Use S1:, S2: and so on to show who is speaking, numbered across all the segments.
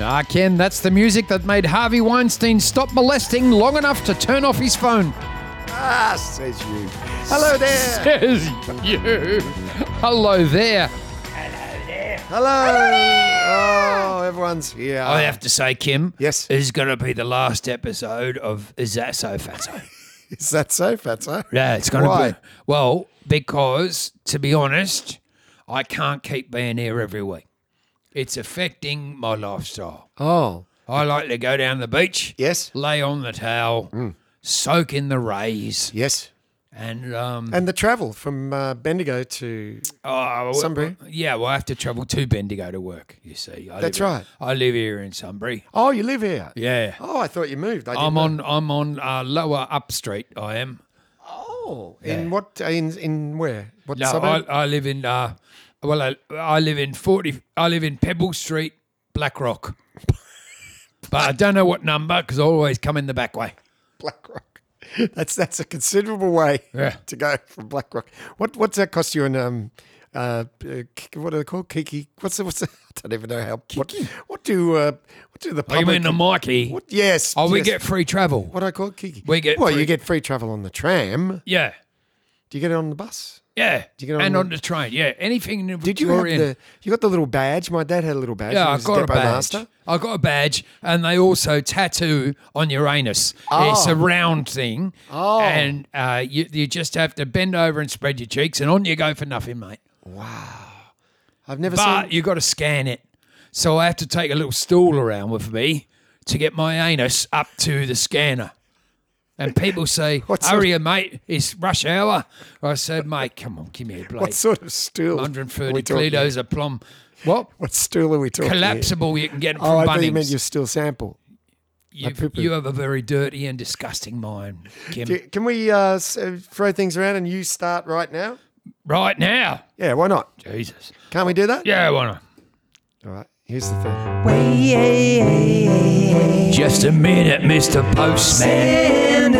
S1: Ah, Ken, that's the music that made Harvey Weinstein stop molesting long enough to turn off his phone.
S2: Ah, says you. Hello there.
S1: Says you. Hello there.
S2: Hello. Oh, everyone's here.
S3: I have to say, Kim.
S2: Yes.
S3: This is going to be the last episode of Is That So Fatso?
S2: Is that so, Fatso?
S3: yeah, it's going
S2: Why?
S3: to be. Well, because, to be honest, I can't keep being here every week. It's affecting my lifestyle.
S2: Oh.
S3: I like to go down the beach,
S2: Yes.
S3: lay on the towel,
S2: Mm.
S3: soak in the rays,
S2: Yes.
S3: and um,
S2: And the travel from uh, Bendigo to
S3: Oh, well,
S2: Sunbury?
S3: Yeah, well, I have to travel to Bendigo to work. You see, I
S2: That's
S3: live,
S2: right.
S3: I live here in Sunbury.
S2: Oh, you live here.
S3: Yeah,
S2: Oh, I thought you moved. I didn't
S3: I'm
S2: know.
S3: on. I'm on uh, Lower Up Street. I am.
S2: Oh, in what? In in where? What
S3: No, I,
S2: suburb?
S3: I live in. Uh, well, I, I live in forty. I live in Pebble Street, Blackrock. but I don't know what number because I always come in the back way.
S2: Blackrock. That's that's a considerable way
S3: Yeah.
S2: to go from Blackrock. What what's that cost you in um uh, uh K- what are they called Kiki? What's the, what's the, I don't even know how what what do uh what do the
S3: Oh, you
S2: public
S3: mean the Mikey?
S2: what yes
S3: oh, we
S2: yes.
S3: get free travel.
S2: what do I call it? Kiki
S3: We get
S2: well
S3: free-
S2: you get free travel on the tram.
S3: Yeah,
S2: Do you get it on the bus?
S3: yeah.
S2: you get on
S3: and
S2: the-
S3: on the train. Yeah, anything in the
S2: Did you
S3: Victorian.
S2: have the you got the little badge? My dad had a little badge.
S3: Yeah,
S2: when he
S3: I
S2: was
S3: got a
S2: depot
S3: badge.
S2: master.
S3: I got a badge, and they also tattoo on your anus. It's a round thing.
S2: Oh.
S3: and uh, you you just have to bend over and spread your cheeks, and on you go for nothing, mate.
S2: I've never
S3: But
S2: seen
S3: you got to scan it, so I have to take a little stool around with me to get my anus up to the scanner. And people say,
S2: What sort
S3: "Hurry, up, mate! It's rush hour." I said, "Mate, come on, give me a
S2: what
S3: blade.
S2: sort of stool. are we
S3: 130
S2: talking-
S3: kilos of plum. What
S2: What stool are we talking? here?
S3: collapsible you can get from
S2: Oh, I
S3: Bunnings?"
S2: thought you meant your stool sample.
S3: You've-
S2: poo-poo.
S3: you have a very dirty and disgusting mind, Kim.
S2: Do- Can we uh, s- uh, throw things around and you start right now?
S3: right now.
S2: Yeah, why not?
S3: Jesus.
S2: Can't we do that?
S3: Yeah, why not?
S2: All right, here's the thing.
S3: Just a minute, Mr. Postman.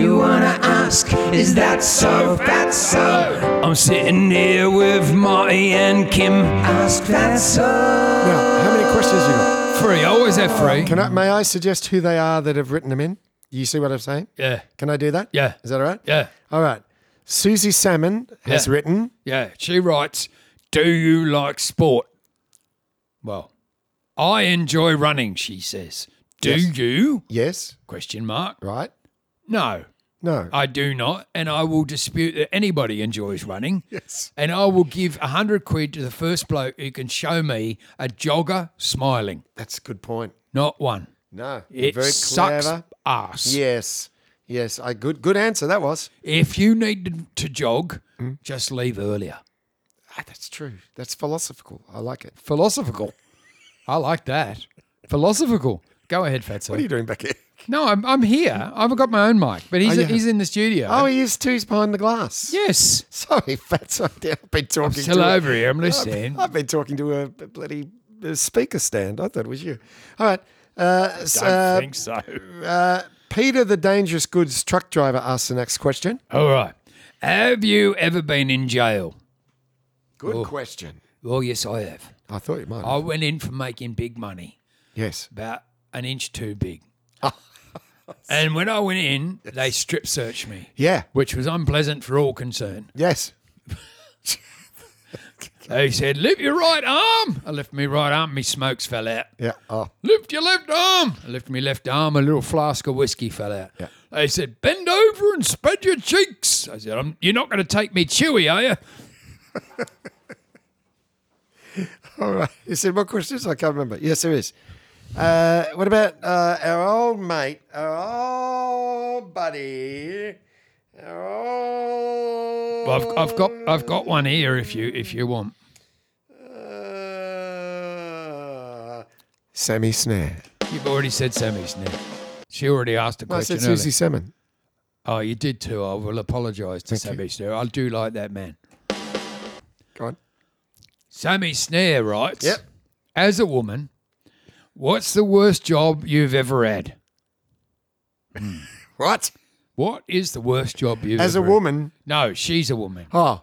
S3: You wanna ask, is that so fat so? I'm sitting here with Marty and Kim. Ask that so.
S2: Now, how many questions you got?
S3: Free, I always have free.
S2: Can I, may I suggest who they are that have written them in? You see what I'm saying?
S3: yeah,
S2: Can I do that?
S3: Yeah.
S2: Is that all right?
S3: yeah,
S2: All right. Susie Salmon has
S3: Yeah.
S2: written.
S3: yeah. She writes, Do you like sport? Well, I enjoy running, she says. Do you?
S2: Yes.
S3: Question mark.
S2: Right.
S3: No,
S2: No.
S3: I do not, and I will dispute that anybody enjoys running.
S2: yes.
S3: And I will give a hundred quid to the first bloke who can show me a jogger smiling.
S2: That's a good point.
S3: Not one.
S2: No. you're
S3: It
S2: very
S3: sucks
S2: clever.
S3: ass.
S2: Yes. Yes. I good good answer that was.
S3: If you need to jog,
S2: Hmm?
S3: just leave earlier.
S2: Ah, that's true. That's philosophical. I like it.
S1: Philosophical. I like that. Philosophical. Go ahead,
S2: What are you
S1: Fatso.
S2: doing back here?
S1: No, I'm, I'm here. I've got my own mic, but he's,
S2: Oh, yeah.
S1: he's in the studio.
S2: Oh, he is too. He's behind the glass.
S1: yes.
S2: Sorry, Fatso. I've been talking
S3: Still
S2: to a-
S3: over here. I'm
S2: I've,
S3: listening.
S2: I've been talking to a bloody uh, speaker stand. I thought it was you. All right. Uh, s-
S3: Don't
S2: uh,
S3: think so.
S2: uh, Peter, the dangerous goods truck driver, asks the next question.
S3: All right. Have you ever been in jail?
S2: Good question.
S3: Well, yes, I have.
S2: I thought you might.
S3: I went in for making big money.
S2: Yes.
S3: about an inch too big. and when I went in, they strip searched me,
S2: Yeah.
S3: which was unpleasant for all concerned.
S2: Yes.
S3: They said, Lift your right arm. I lifted my right arm, my smokes fell out.
S2: Yeah. Oh.
S3: Lift your left arm. I lifted my left arm, a little flask of whiskey fell out.
S2: Yeah.
S3: They said, Bend over and spread your cheeks. I said, I'm, You're not going to take me chewy, are you?
S2: All right. Is there more questions? I can't remember. Yes, there is. Uh, what about uh, our old mate, our old buddy, our old.
S3: Well, I've, I've, got, I've got one here if you, if you want.
S2: Uh, Sammy Snare.
S3: You've already said Sammy Snare. She already asked a
S2: No, I
S3: question.
S2: said
S3: earlier.
S2: Susie Salmon.
S3: Oh, you did too. I will apologise to Sammy Snare. I do like that man.
S2: Go on.
S3: Sammy Snare writes,
S2: Yep.
S3: as a woman, what's the worst job you've ever had?
S2: What?
S3: What is the worst job you've
S2: As a
S3: ever had?
S2: woman.
S3: No, she's a woman.
S2: Oh.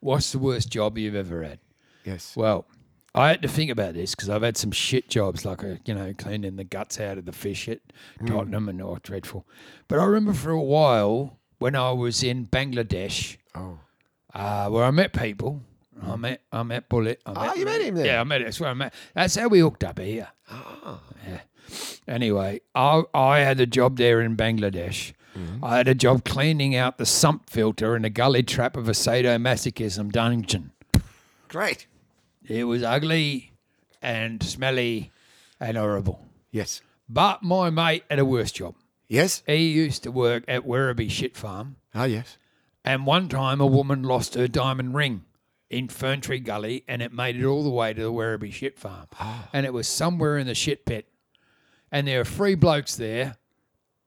S3: What's the worst job you've ever had?
S2: Yes.
S3: Well, I had to think about this because I've had some shit jobs, like uh, you know, cleaning the guts out of the fish at
S2: Mm.
S3: Tottenham and all dreadful. But I remember for a while when I was in Bangladesh,
S2: Oh.
S3: uh, where I met people. I met I met Bullet. I met
S2: Ah, you met him there?
S3: Yeah, I met him. That's where I met. That's how we hooked up here. Yeah. Anyway, I I had a job there in Bangladesh. I had a job cleaning out the sump filter in a gully trap of a sadomasochism dungeon.
S2: Great.
S3: It was ugly and smelly and horrible.
S2: Yes.
S3: But my mate had a worse job.
S2: Yes.
S3: He used to work at Werribee Shit Farm,
S2: Oh, yes.
S3: and one time a woman lost her diamond ring in Ferntree Gully and it made it all the way to the Werribee Shit Farm. And it was somewhere in the shit pit. And there were three blokes there,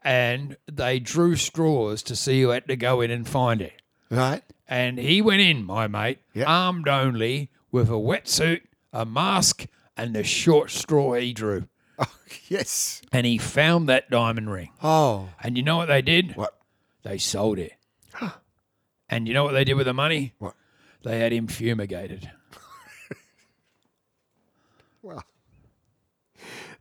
S3: and they drew straws to see who had to go in and find it.
S2: Right.
S3: And he went in, my mate,
S2: Yeah.
S3: armed only with a wetsuit, a mask, and the short straw he drew.
S2: Oh, yes.
S3: And he found that diamond ring.
S2: Oh.
S3: And you know what they did?
S2: What?
S3: They sold it. and you know what they did with the money?
S2: What?
S3: They had him fumigated.
S2: Well,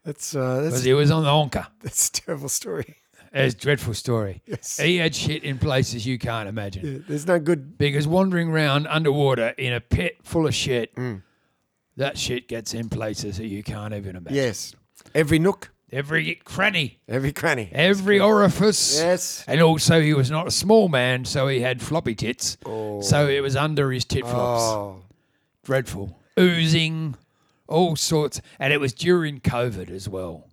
S2: that's uh,
S3: Because
S2: that's,
S3: he was on the honker.
S2: that's a terrible story.
S3: It's a dreadful story.
S2: Yes.
S3: He had shit in places you can't imagine.
S2: There's no good.
S3: Because wandering round underwater in a pit full of shit,
S2: Mm.
S3: that shit gets in places that you can't even imagine.
S2: Yes. Every nook,
S3: Every cranny,
S2: every cranny.
S3: every orifice.
S2: Yes.
S3: And also, he was not a small man, so he had floppy tits. So it was under his tit flops.
S2: Oh.
S3: Dreadful. Oozing, all sorts. And it was during COVID as well.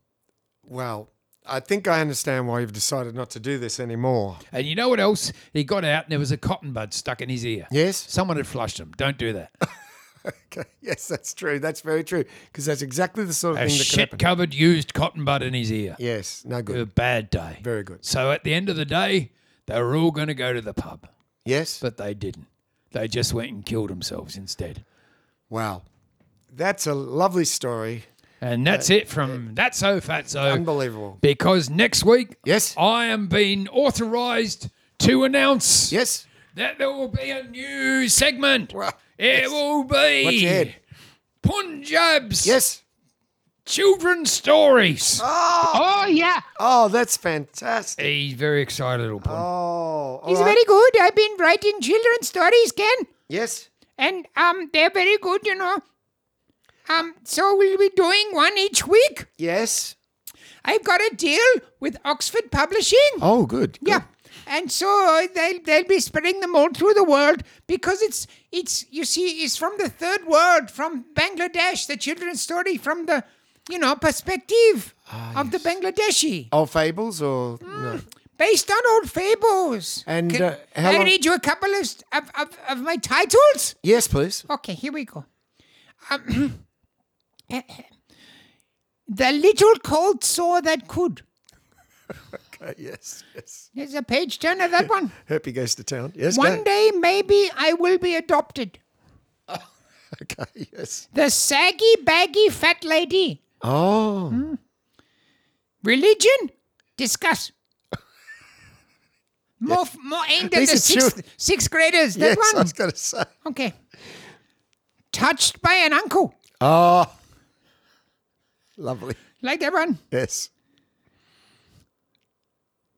S2: Well, I think I understand why you've decided not to do this anymore.
S3: And you know what else? He got out and there was a cotton bud stuck in his ear.
S2: Yes.
S3: Someone had flushed him. Don't do that.
S2: Okay. Yes, that's true. That's very true. Because that's exactly the sort of
S3: A
S2: thing that could
S3: shit
S2: happen.
S3: covered used cotton bud in his ear.
S2: Yes. No
S3: A
S2: good.
S3: bad day.
S2: Very good.
S3: So at the end of the day, they were all going to go to the pub,
S2: Yes.
S3: but they didn't. They just went and killed themselves instead.
S2: wow. That's a lovely story.
S3: And that's it from That's So Fatso.
S2: Unbelievable.
S3: Because next week,
S2: Yes.
S3: I am being authorized to announce
S2: Yes.
S3: that there will be a new segment.
S2: Wow.
S3: It will be
S2: What's your head?
S3: Punjab's
S2: Yes.
S3: Children's Stories.
S2: Oh,
S3: Oh, yeah.
S2: oh that's fantastic.
S3: He's very excited, little Pun.
S2: Oh, all
S4: It's
S2: right.
S4: very good. I've been writing children's stories, Ken,
S2: yes.
S4: and um, they're very good, you know. Um, so we'll be doing one each week.
S2: Yes.
S4: I've got a deal with Oxford Publishing.
S2: Oh, good. good.
S4: Yeah. And so they'll, they'll be spreading them all through the world because it's, it's you see, it's from the third world, from Bangladesh, the children's story from the, you know, perspective
S3: Ah,
S4: of the Bangladeshi,
S2: Old fables or no?
S4: based on old fables.
S2: And,
S4: Can-
S2: uh, how
S4: I
S2: long-
S4: read you a couple of, st- of, of, of my titles?
S2: Yes, please.
S4: Okay, here we go. Um, the little cold sore that could.
S2: Okay, yes, yes.
S4: There's a page turner, that one.
S2: Herpy goes to town. Yes.
S4: One
S2: go.
S4: day, maybe I will be adopted.
S2: Okay. Yes.
S4: The saggy, baggy, fat lady.
S2: Oh.
S4: Religion? Discuss. More, f more aimed at
S2: These
S4: the
S2: are
S4: sixth,
S2: children.
S4: sixth graders.
S2: yes.
S4: That
S2: I
S4: one.
S2: was going to say.
S4: Okay. Touched by an uncle.
S2: Oh. Lovely.
S4: Like that one.
S2: Yes.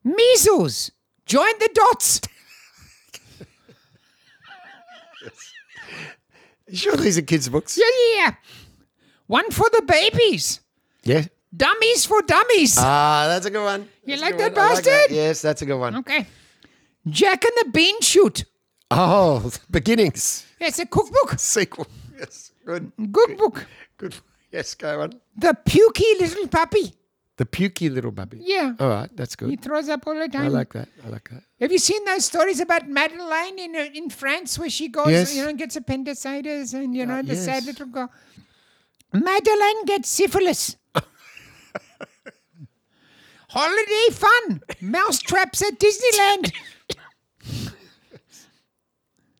S4: Measles. Join the dots.
S2: Sure, these are kids' books.
S4: Yeah, yeah, yeah. One for the babies.
S2: Yeah.
S4: Dummies for dummies.
S2: Ah, that's a good one.
S4: You
S2: That's a
S4: like
S2: good
S4: that,
S2: one. I that.
S4: bastard?
S2: Yes, that's a good one.
S4: okay. Jack and the Bean Shoot.
S2: Oh, beginnings
S4: It's a cookbook.
S2: sequel. Yes. Good.
S4: Good book.
S2: Good. Yes, go on.
S4: The pukey little puppy.
S2: The pukey little baby.
S4: Yeah.
S2: All right, that's
S4: He
S2: good.
S4: throws up all the time.
S2: I like that. I like that.
S4: Have you seen those stories about Madeleine in uh, in France where she goes,
S2: Yes.
S4: you know, and gets appendicitis and you know the sad
S2: yes.
S4: little girl. Madeleine gets syphilis. Holiday fun, mouse traps at Disneyland,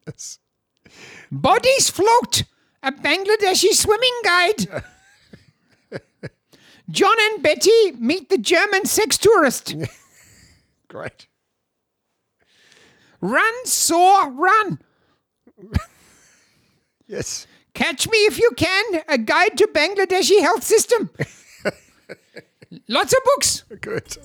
S2: Yes.
S4: bodies float, a Bangladeshi swimming guide. John and Betty meet the German sex tourist.
S2: Great.
S4: Run, saw, run.
S2: Yes.
S3: Catch Me If You Can, A Guide to Bangladeshi Health System. Lots of books.
S2: Good.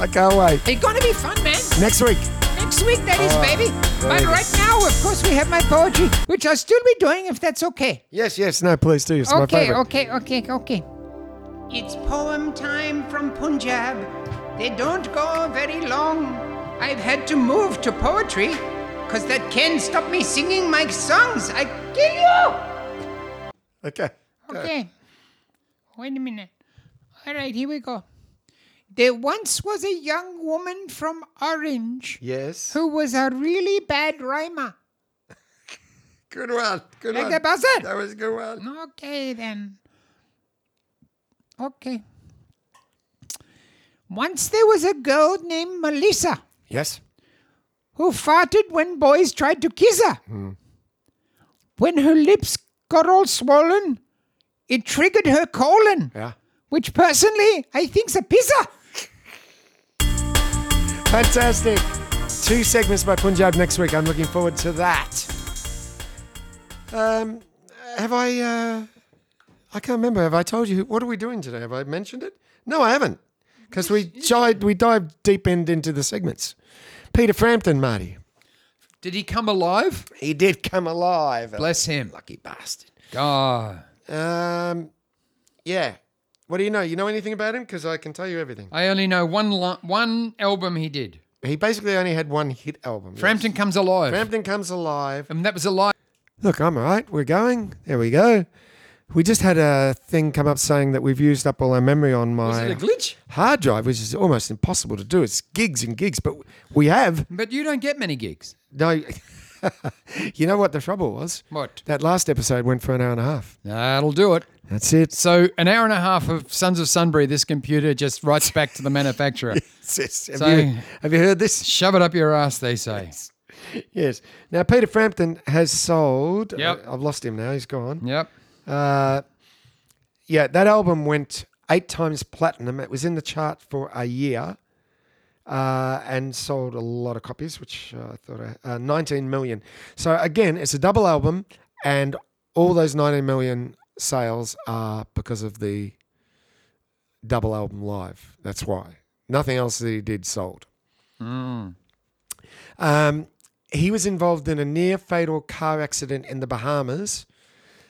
S2: I can't wait.
S3: It's going to be fun, man.
S2: Next week.
S3: Next week, that is, baby. But
S2: Ah, it
S3: right now, of course, we have my poetry, which I'll still be doing if that's okay.
S2: Yes, yes. No, please do. It's my
S3: okay,
S2: favorite.
S3: okay, okay, okay. It's poem time from Punjab. They don't go very long. I've had to move to poetry because that can stop me singing my songs. I kill you!
S2: Okay.
S3: Okay. Wait a minute. All right, here we go. There once was a young woman from Orange
S2: Yes.
S3: who was a really bad rhymer.
S2: Good one. Good
S3: Like
S2: one.
S3: that bastard.
S2: That was a good one.
S3: Okay, then. Okay. Once there was a girl named Melissa
S2: Yes.
S3: who farted when boys tried to kiss her. When her lips got all swollen, it triggered her colon,
S2: Yeah.
S3: which personally I think's a pisser.
S2: Fantastic. Two segments by Punjab next week. I'm looking forward to that. Um, have I? Uh, I can't remember. Have I told you what are we doing today? Have I mentioned it? No, I haven't, because we dived we dived deep end into the segments. Peter Frampton, Marty.
S5: Did he come alive?
S2: He did come alive.
S5: Bless him.
S2: Lucky bastard.
S5: God.
S2: Um, yeah. What do you know? You know anything about him? Because I can tell you everything.
S5: I only know one li- one album he did.
S2: He basically only had one hit album. yes.
S5: Frampton Comes Alive.
S2: Frampton comes alive.
S5: and that was alive.
S2: Look, I'm all right. We're going. There we go. We just had a thing come up saying that we've used up all our memory on
S5: Was
S2: my
S5: it a glitch?
S2: hard drive, which is almost impossible to do. It's gigs and gigs, but we have
S5: But you don't get many gigs.
S2: no. you know what the trouble was?
S5: What?
S2: That last episode went for an hour and a half.
S5: That'll do it.
S2: That's it.
S5: So an hour and a half of Sons of Sunbury, this computer just writes back to the manufacturer.
S2: Yes. Have,
S5: So-
S2: you, have you heard this?
S5: Shove it up your ass, they say.
S2: Yes. Now Peter Frampton has sold.
S5: Yep.
S2: I- I've lost him now. He's gone.
S5: Yep.
S2: Uh, yeah, that album went eight times platinum. It was in the chart for a year uh, and sold a lot of copies, which uh, I thought I, uh, 19 million. So again, it's a double album, and all those 19 million sales are because of the double album live. That's why. Nothing else that he did sold. Um, he was involved in a near fatal car accident in the Bahamas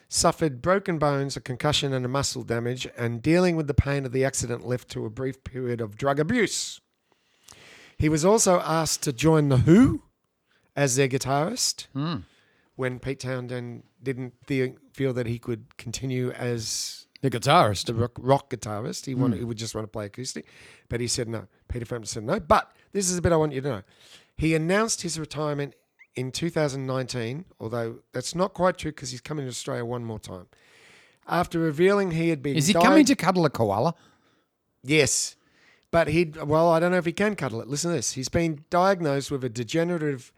S2: suffered broken bones, a concussion, and a muscle damage, and dealing with the pain of the accident left to a brief period of drug abuse. He was also asked to join The Who as their guitarist
S5: Hmm.
S2: when Pete Townshend didn't the- feel that he could continue as
S5: The guitarist. Hmm.
S2: the rock, rock guitarist. He wanted, he would just want to play acoustic, but he said no. Peter Frampton said no. But this is the bit I want you to know. He announced his retirement in 2019, although that's not quite true because he's coming to Australia one more time. After revealing he had been
S5: Is he
S2: diag-
S5: coming to cuddle a koala?
S2: Yes. But he, well, I don't know if he can cuddle it. Listen to this. He's been diagnosed with a degenerative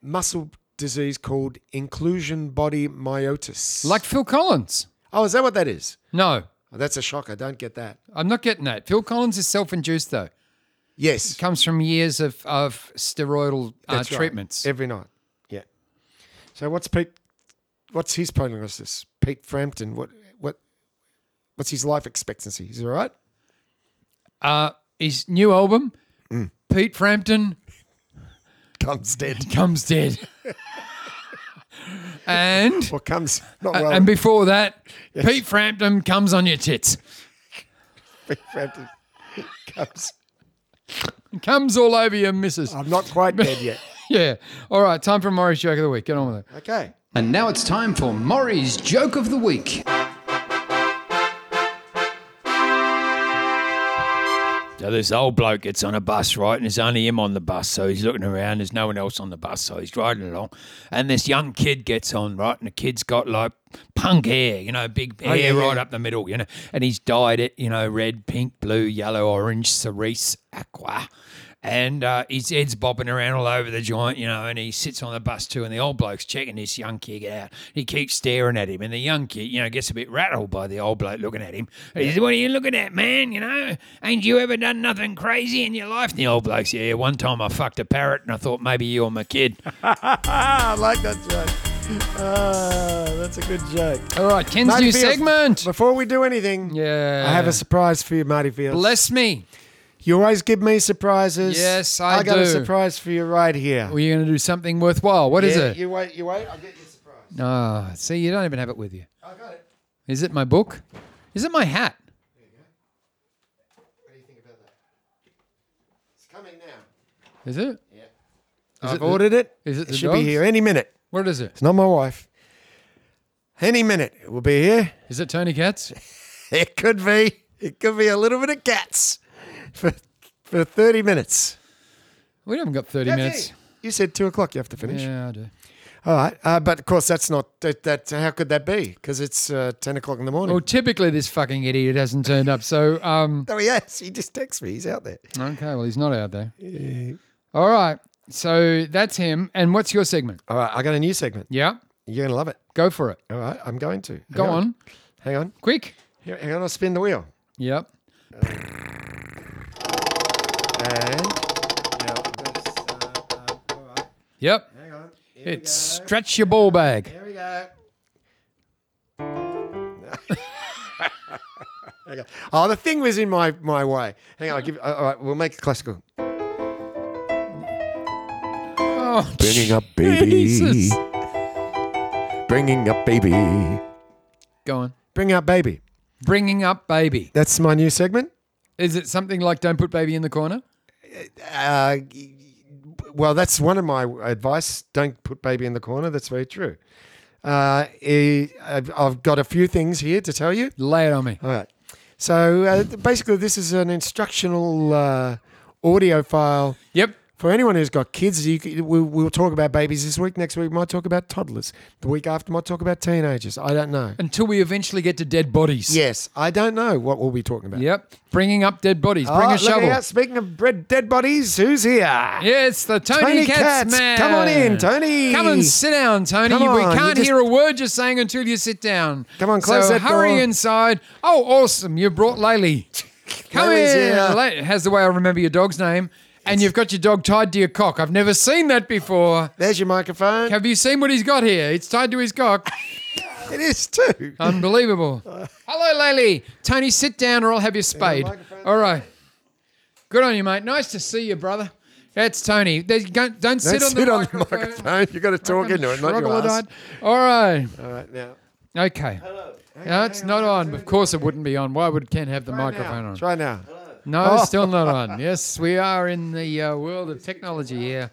S2: muscle disease called inclusion body meiosis.
S5: Like Phil Collins?
S2: oh, is that what that is?
S5: No,
S2: Oh, that's a shocker. Don't get that.
S5: I'm not getting that. Phil Collins is self-induced though.
S2: Yes.
S5: Comes from years of of steroidal uh,
S2: That's right.
S5: treatments.
S2: every night. Yeah. So what's Pete? What's his prognosis? Pete Frampton. What what? What's his life expectancy? Is he all right?
S5: Uh, his new album,
S2: Mm.
S5: Pete Frampton
S2: Comes dead.
S5: comes dead, and
S2: Or comes not well.
S5: Uh, and before that, Pete Frampton comes on your tits.
S2: Pete Frampton comes.
S5: Comes all over your missus.
S2: I'm not quite dead yet.
S5: Yeah. All right. Time for Murray's joke of the week. Get on with it.
S2: Okay.
S6: And now it's time for Maury's Joke of the Week.
S5: So this old bloke gets on a bus, right? And it's only him on the bus. So he's looking around. There's no one else on the bus. So he's riding along. And this young kid gets on, right? And the kid's got like punk hair, you know, big hair
S2: Oh, yeah,
S5: right
S2: yeah.
S5: up the middle, you know. And he's dyed it, you know, red, pink, blue, yellow, orange, cerise, aqua. And uh, his head's bobbing around all over the joint, you know, and he sits on the bus too. And the old bloke's checking this young kid out. He keeps staring at him. And the young kid, you know, gets a bit rattled by the old bloke looking at him. He says, What are you looking at, man? You know, ain't you ever done nothing crazy in your life? And the old bloke's, Yeah, one time I fucked a parrot and I thought maybe you're my kid.
S2: I like that joke. Uh, That's a good joke.
S7: All right, Ken's
S2: Marty
S7: new
S2: Fields,
S7: segment.
S2: Before we do anything,
S7: Yeah.
S2: I have a surprise for you, Marty Fields.
S7: Bless me.
S2: you always give me surprises.
S7: Yes, I
S2: got a
S7: do.
S2: surprise for you right here.
S7: Well, you're going to do something worthwhile. What is
S2: Yeah,
S7: it?
S2: You wait, you wait. I'll get you a surprise.
S7: Ah, see, you don't even have it with you.
S2: I got it.
S7: Is it my book? Is it my hat?
S2: What do you think about that? It's coming now.
S7: Is it?
S2: I've
S7: it the-
S2: ordered it.
S7: is it the
S2: should
S7: dogs?
S2: be here any minute.
S7: What is it?
S2: It's not my wife. Any minute it will be here.
S7: Is it Tony Katz?
S2: It could be. It could be a little bit of cats for for thirty minutes.
S7: We haven't got 30 minutes.
S2: You said two o'clock. You have to finish.
S7: Yeah, I do.
S2: All right, uh, but of course that's not that. that how could that be? Because it's uh, ten o'clock in the morning.
S7: Well, typically this fucking idiot hasn't turned up. So, um,
S2: no, he has. oh, He just texts me. He's out there.
S7: okay, well, he's not out there. All right. So that's him. And what's your segment?
S2: All right, I got a new segment.
S7: Yeah,
S2: You're gonna love it.
S7: go for it.
S2: All right, I'm going to. Hang
S7: Go on.
S2: Hang on.
S7: Quick.
S2: Here, hang on. I'll spin the wheel.
S7: Yep.
S2: And now this, uh, uh, all right,
S7: Yep.
S2: hang on. Here we
S7: It's
S2: go.
S7: stretch your ball bag.
S2: Here we go. There you go. Oh, the thing was in my, my way. Hang on, I'll give. uh, All right, we'll make it classical.
S7: Oh,
S8: Bringing up baby.
S7: Jesus.
S8: Bringing up baby.
S7: Go on.
S2: Bring out baby.
S7: Bringing up baby.
S2: That's my new segment.
S7: Is it something like don't put baby in the corner?
S2: Uh, y- well, that's one of my advice. Don't put baby in the corner. That's very true. Uh, eh, I've I've got a few things here to tell you.
S7: Lay it on me.
S2: All right. So uh, basically, this is an instructional uh, audio file
S7: Yep.
S2: for anyone who's got kids, you, c- we, we'll talk about babies this week. Next week, we might talk about toddlers. The week after, might talk about teenagers. I don't know.
S7: Until we eventually get to dead bodies.
S2: Yes, I don't know what we'll be talking about.
S7: Yep. Bringing up dead bodies.
S2: Oh,
S7: Bring a
S2: look
S7: shovel.
S2: out. Speaking of bread, dead bodies, who's here?
S7: Yeah, it's the Tony,
S2: Tony
S7: Katz,
S2: Katz.
S7: man.
S2: Come on in, Tony.
S7: Come and sit down, Tony.
S2: Come
S7: we
S2: on,
S7: can't
S2: you
S7: hear a word you're saying until you sit down.
S2: Come on, close
S7: so
S2: that
S7: hurry
S2: door.
S7: inside. Oh, awesome. You brought Laylee. Come
S2: Laylee's
S7: in.
S2: here.
S7: Lay- How's the way I remember your dog's name? And you've got your dog tied to your cock. I've never seen that before.
S2: There's your microphone.
S7: Have you seen what he's got here? It's tied to his cock.
S2: It is too.
S7: Unbelievable. Hello, Laylee. Tony, sit down or I'll have your spade.
S2: microphone.
S7: All right. Good on you, mate. Nice to see you, brother. That's Tony. There's- Don't,
S2: Don't
S7: don't sit, on,
S2: sit
S7: the
S2: on the microphone. You've got to talk
S7: Fucking
S2: into it, not your ass.
S7: troglodyte. All right.
S2: All right, now.
S7: Okay. No, it's not on. Of course, it wouldn't be on. Why would Ken have the microphone on?
S2: Try Oh. now.
S7: No, it's still not on. Yes, we are in the uh, world of technology here.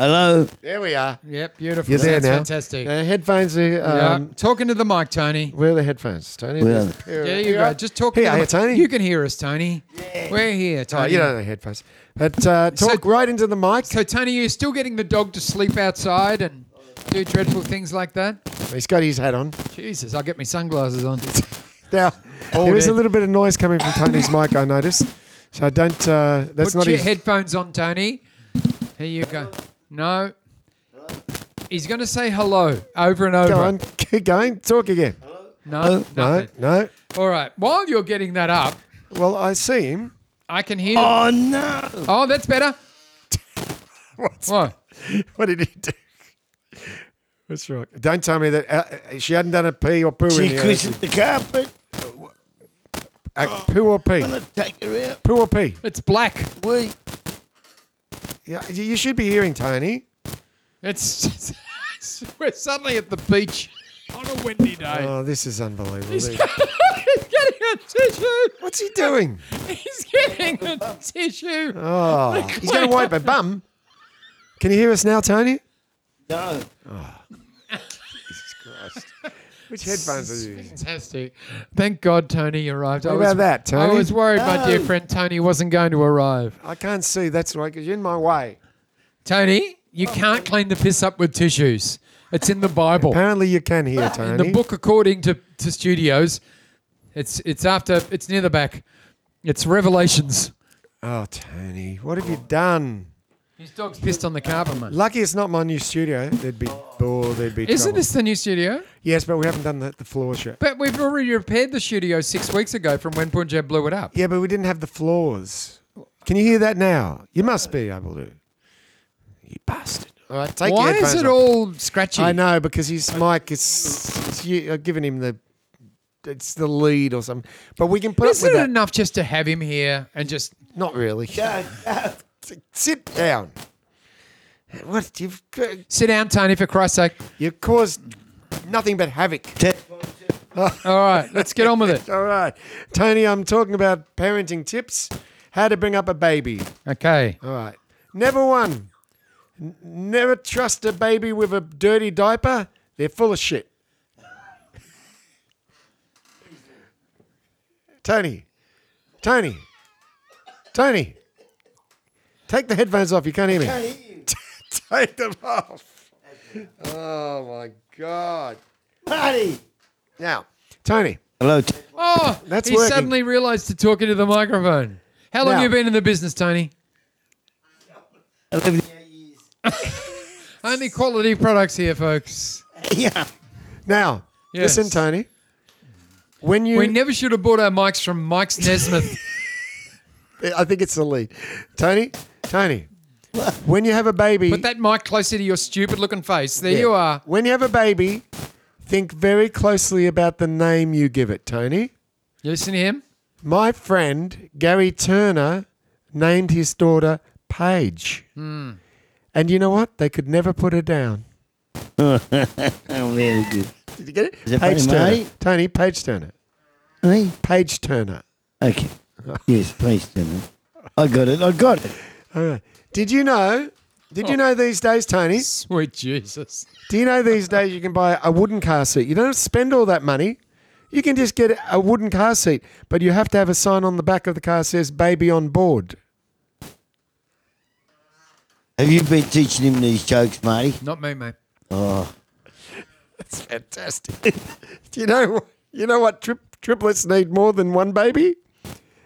S8: Hello.
S2: There we are.
S7: Yep, beautiful.
S2: You're there
S7: That's
S2: now.
S7: fantastic.
S2: Uh, headphones are.
S7: Yeah.
S2: Um,
S7: Talking to the mic, Tony.
S2: Where are the headphones, Tony?
S8: Where?
S7: There you go. Just talk.
S2: Here,
S7: to the
S2: here,
S7: mic.
S2: Tony.
S7: You can hear us, Tony. We're here,
S2: Oh,
S7: Tony.
S2: you don't know headphones. But uh, talk right into the mic.
S7: So, Tony, you're still getting the dog to sleep outside and do dreadful things like that?
S2: Oh, He's got his hat on.
S7: Jesus, I'll get my sunglasses on.
S2: Now, there is a
S7: dear.
S2: little bit of noise coming from Tony's mic, I noticed. So don't, uh, that's
S7: Put
S2: not
S7: your
S2: his.
S7: headphones on, Tony. Here you go. No. He's going to say hello over and over.
S2: Go on, keep going, talk again.
S7: No,
S2: Oh, No,
S7: nothing.
S2: no.
S7: All right. While you're getting that up,
S2: Well, I see him.
S7: I can hear. Oh no! Oh, that's better.
S2: What's,
S7: What?
S2: what did he do? What's wrong? Don't tell me that uh, uh, she hadn't done a pee or poo in
S8: She
S2: here. has she?
S8: cushioned the carpet.
S2: Uh, poo or pee?
S8: Gonna take her out.
S2: Poo or pee?
S7: It's black.
S8: We.
S2: Yeah, y- you should be hearing Tony.
S7: It's we're suddenly at the beach on a windy day.
S2: Oh, this is unbelievable.
S7: He's getting a tissue.
S2: What's he doing?
S7: He's getting a tissue.
S2: Oh, he's going to wipe her bum. Can you hear us now, Tony? Oh.
S8: No.
S2: Which headphones are you using?
S7: Fantastic. Thank God Tony arrived. I
S2: What about
S7: was,
S2: that, Tony?
S7: I was worried my dear
S8: No.
S7: friend Tony wasn't going to arrive.
S2: I can't see. That's right, because you're in my way.
S7: Tony, you
S2: Oh.
S7: can't clean the piss up with tissues. It's in the Bible.
S2: Apparently, you can hear
S7: In
S2: Tony.
S7: the book according to, to studios, it's it's after it's near the back. It's Revelations.
S2: Oh, Tony, what have you done?
S7: His dog's pissed on the carpet, mate.
S2: Lucky it's not my new studio. There'd be oh, there'd be
S7: Isn't
S2: trouble.
S7: this the new studio?
S2: Yes, but we haven't done the, the floors yet.
S7: But we've already repaired the studio six weeks ago from when Punjab blew it up.
S2: Yeah, but we didn't have the floors. Can you hear that now? You must be able to. You bastard. All right, take
S7: Why
S2: your headphones
S7: is it
S2: off.
S7: all scratchy?
S2: I know because his mic is. It's, you, I've given him the. It's the lead or something, but we can put up
S7: Isn't
S2: with
S7: it
S2: that.
S7: enough just to have him here and just
S2: Not really. Sit down. What you've
S7: sit down, Tony, for Christ's sake?
S2: you caused nothing but havoc.
S7: All right, let's get on with it.
S2: All right, Tony. I'm talking about parenting tips, how to bring up a baby.
S7: Okay.
S2: All right. Never one. N- never trust a baby with a dirty diaper. They're full of shit. Tony. Tony. Tony. Take the headphones off. You can't hear me. Take them off. Oh my God.
S8: Buddy.
S2: Now, Tony.
S8: Hello.
S7: Oh,
S2: That's
S7: he
S2: working.
S7: suddenly realised to talk into the microphone. How long
S2: Now-
S7: you been in the business, Tony? Only quality products here, folks.
S8: Yeah.
S2: Now,
S7: Yes.
S2: listen, Tony. When you
S7: We never should have bought our mics from Mike's Nesmith.
S2: I think it's the lead. Tony, Tony, when you have a baby,
S7: Put that mic closer to your stupid looking face. There
S2: Yeah.
S7: you are.
S2: When you have a baby, think very closely about the name you give it, Tony.
S7: You listen to him?
S2: My friend Gary Turner named his daughter Paige. And you know what? They could never put her down.
S8: Oh, very good.
S2: Did you get it?
S8: it
S2: Paige
S8: funny,
S2: Turner.
S8: mate?
S2: Tony, Paige Turner.
S8: Hey.
S2: Paige Turner.
S8: Okay. Yes, please, Tony. I got it. I got it.
S2: All right. Did you know? Did you know these days, Tony?
S7: Sweet Jesus.
S2: Do you know these days you can buy a wooden car seat? You don't have to spend all that money. You can just get a wooden car seat, but you have to have a sign on the back of the car says "baby on board."
S8: Have you been teaching him these jokes, Marty?
S7: Not me, mate.
S2: That's fantastic. Do you know? You know what? Tri- triplets need more than one baby.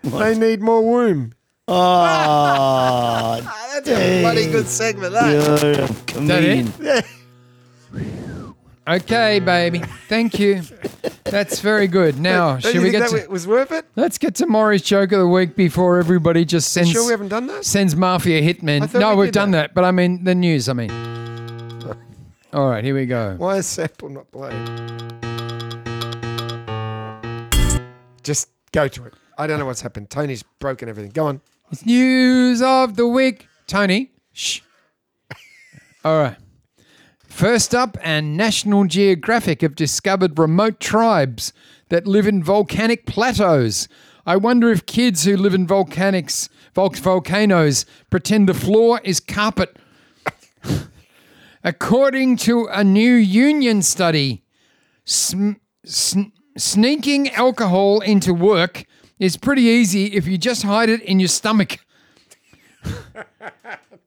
S2: They need more womb.
S8: Oh,
S2: Ah, That's a bloody good segment. eh? That.
S8: you're a
S7: that it?
S8: comedian.
S7: Okay, baby. Thank you. That's very good. Now,
S2: Don't
S7: should
S2: you
S7: we
S2: think
S7: get
S2: that
S7: to,
S2: wa- was worth it?
S7: let's get to Maury's joke of the week before everybody just sends
S2: Sure, we haven't done that.
S7: sends mafia
S2: I
S7: hitmen.
S2: thought
S7: No,
S2: we
S7: we have
S2: did
S7: done
S2: that.
S7: that. but I mean the news. I mean. All right, here we go.
S2: Why is sample not playing? Just go to it. I don't know what's happened. Tony's broken everything. Go on.
S7: It's news of the week. Tony, shh. All right. First up, and National Geographic have discovered remote tribes that live in volcanic plateaus. I wonder if kids who live in volcanics, vol- volcanoes pretend the floor is carpet. According to a new union study, sm- sn- sneaking alcohol into work is pretty easy if you just hide it in your stomach.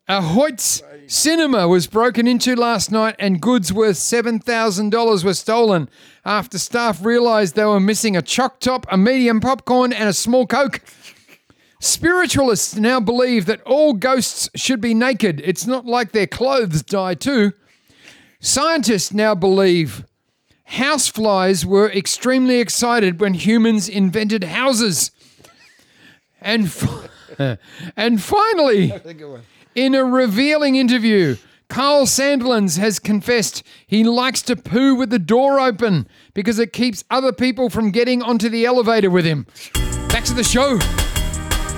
S7: A Hoyt's cinema was broken into last night and goods worth $7,000 were stolen after staff realized they were missing a choc top, a medium popcorn, and a small Coke. Spiritualists now believe that all ghosts should be naked. It's not like their clothes die too. Scientists now believe houseflies were extremely excited when humans invented houses. And, fi- and finally, in a revealing interview, Carl Sandlins has confessed he likes to poo with the door open because it keeps other people from getting onto the elevator with him. Back to the show.